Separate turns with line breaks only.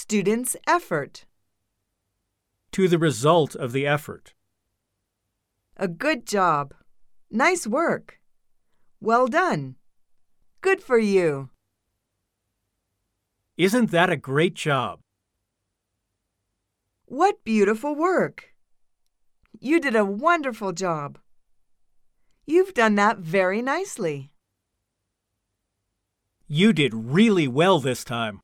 Student's effort.
To the result of the effort.
A good job. Nice work. Well done. Good for you.
Isn't that a great job?
What beautiful work. You did a wonderful job. You've done that very nicely.
You did really well this time.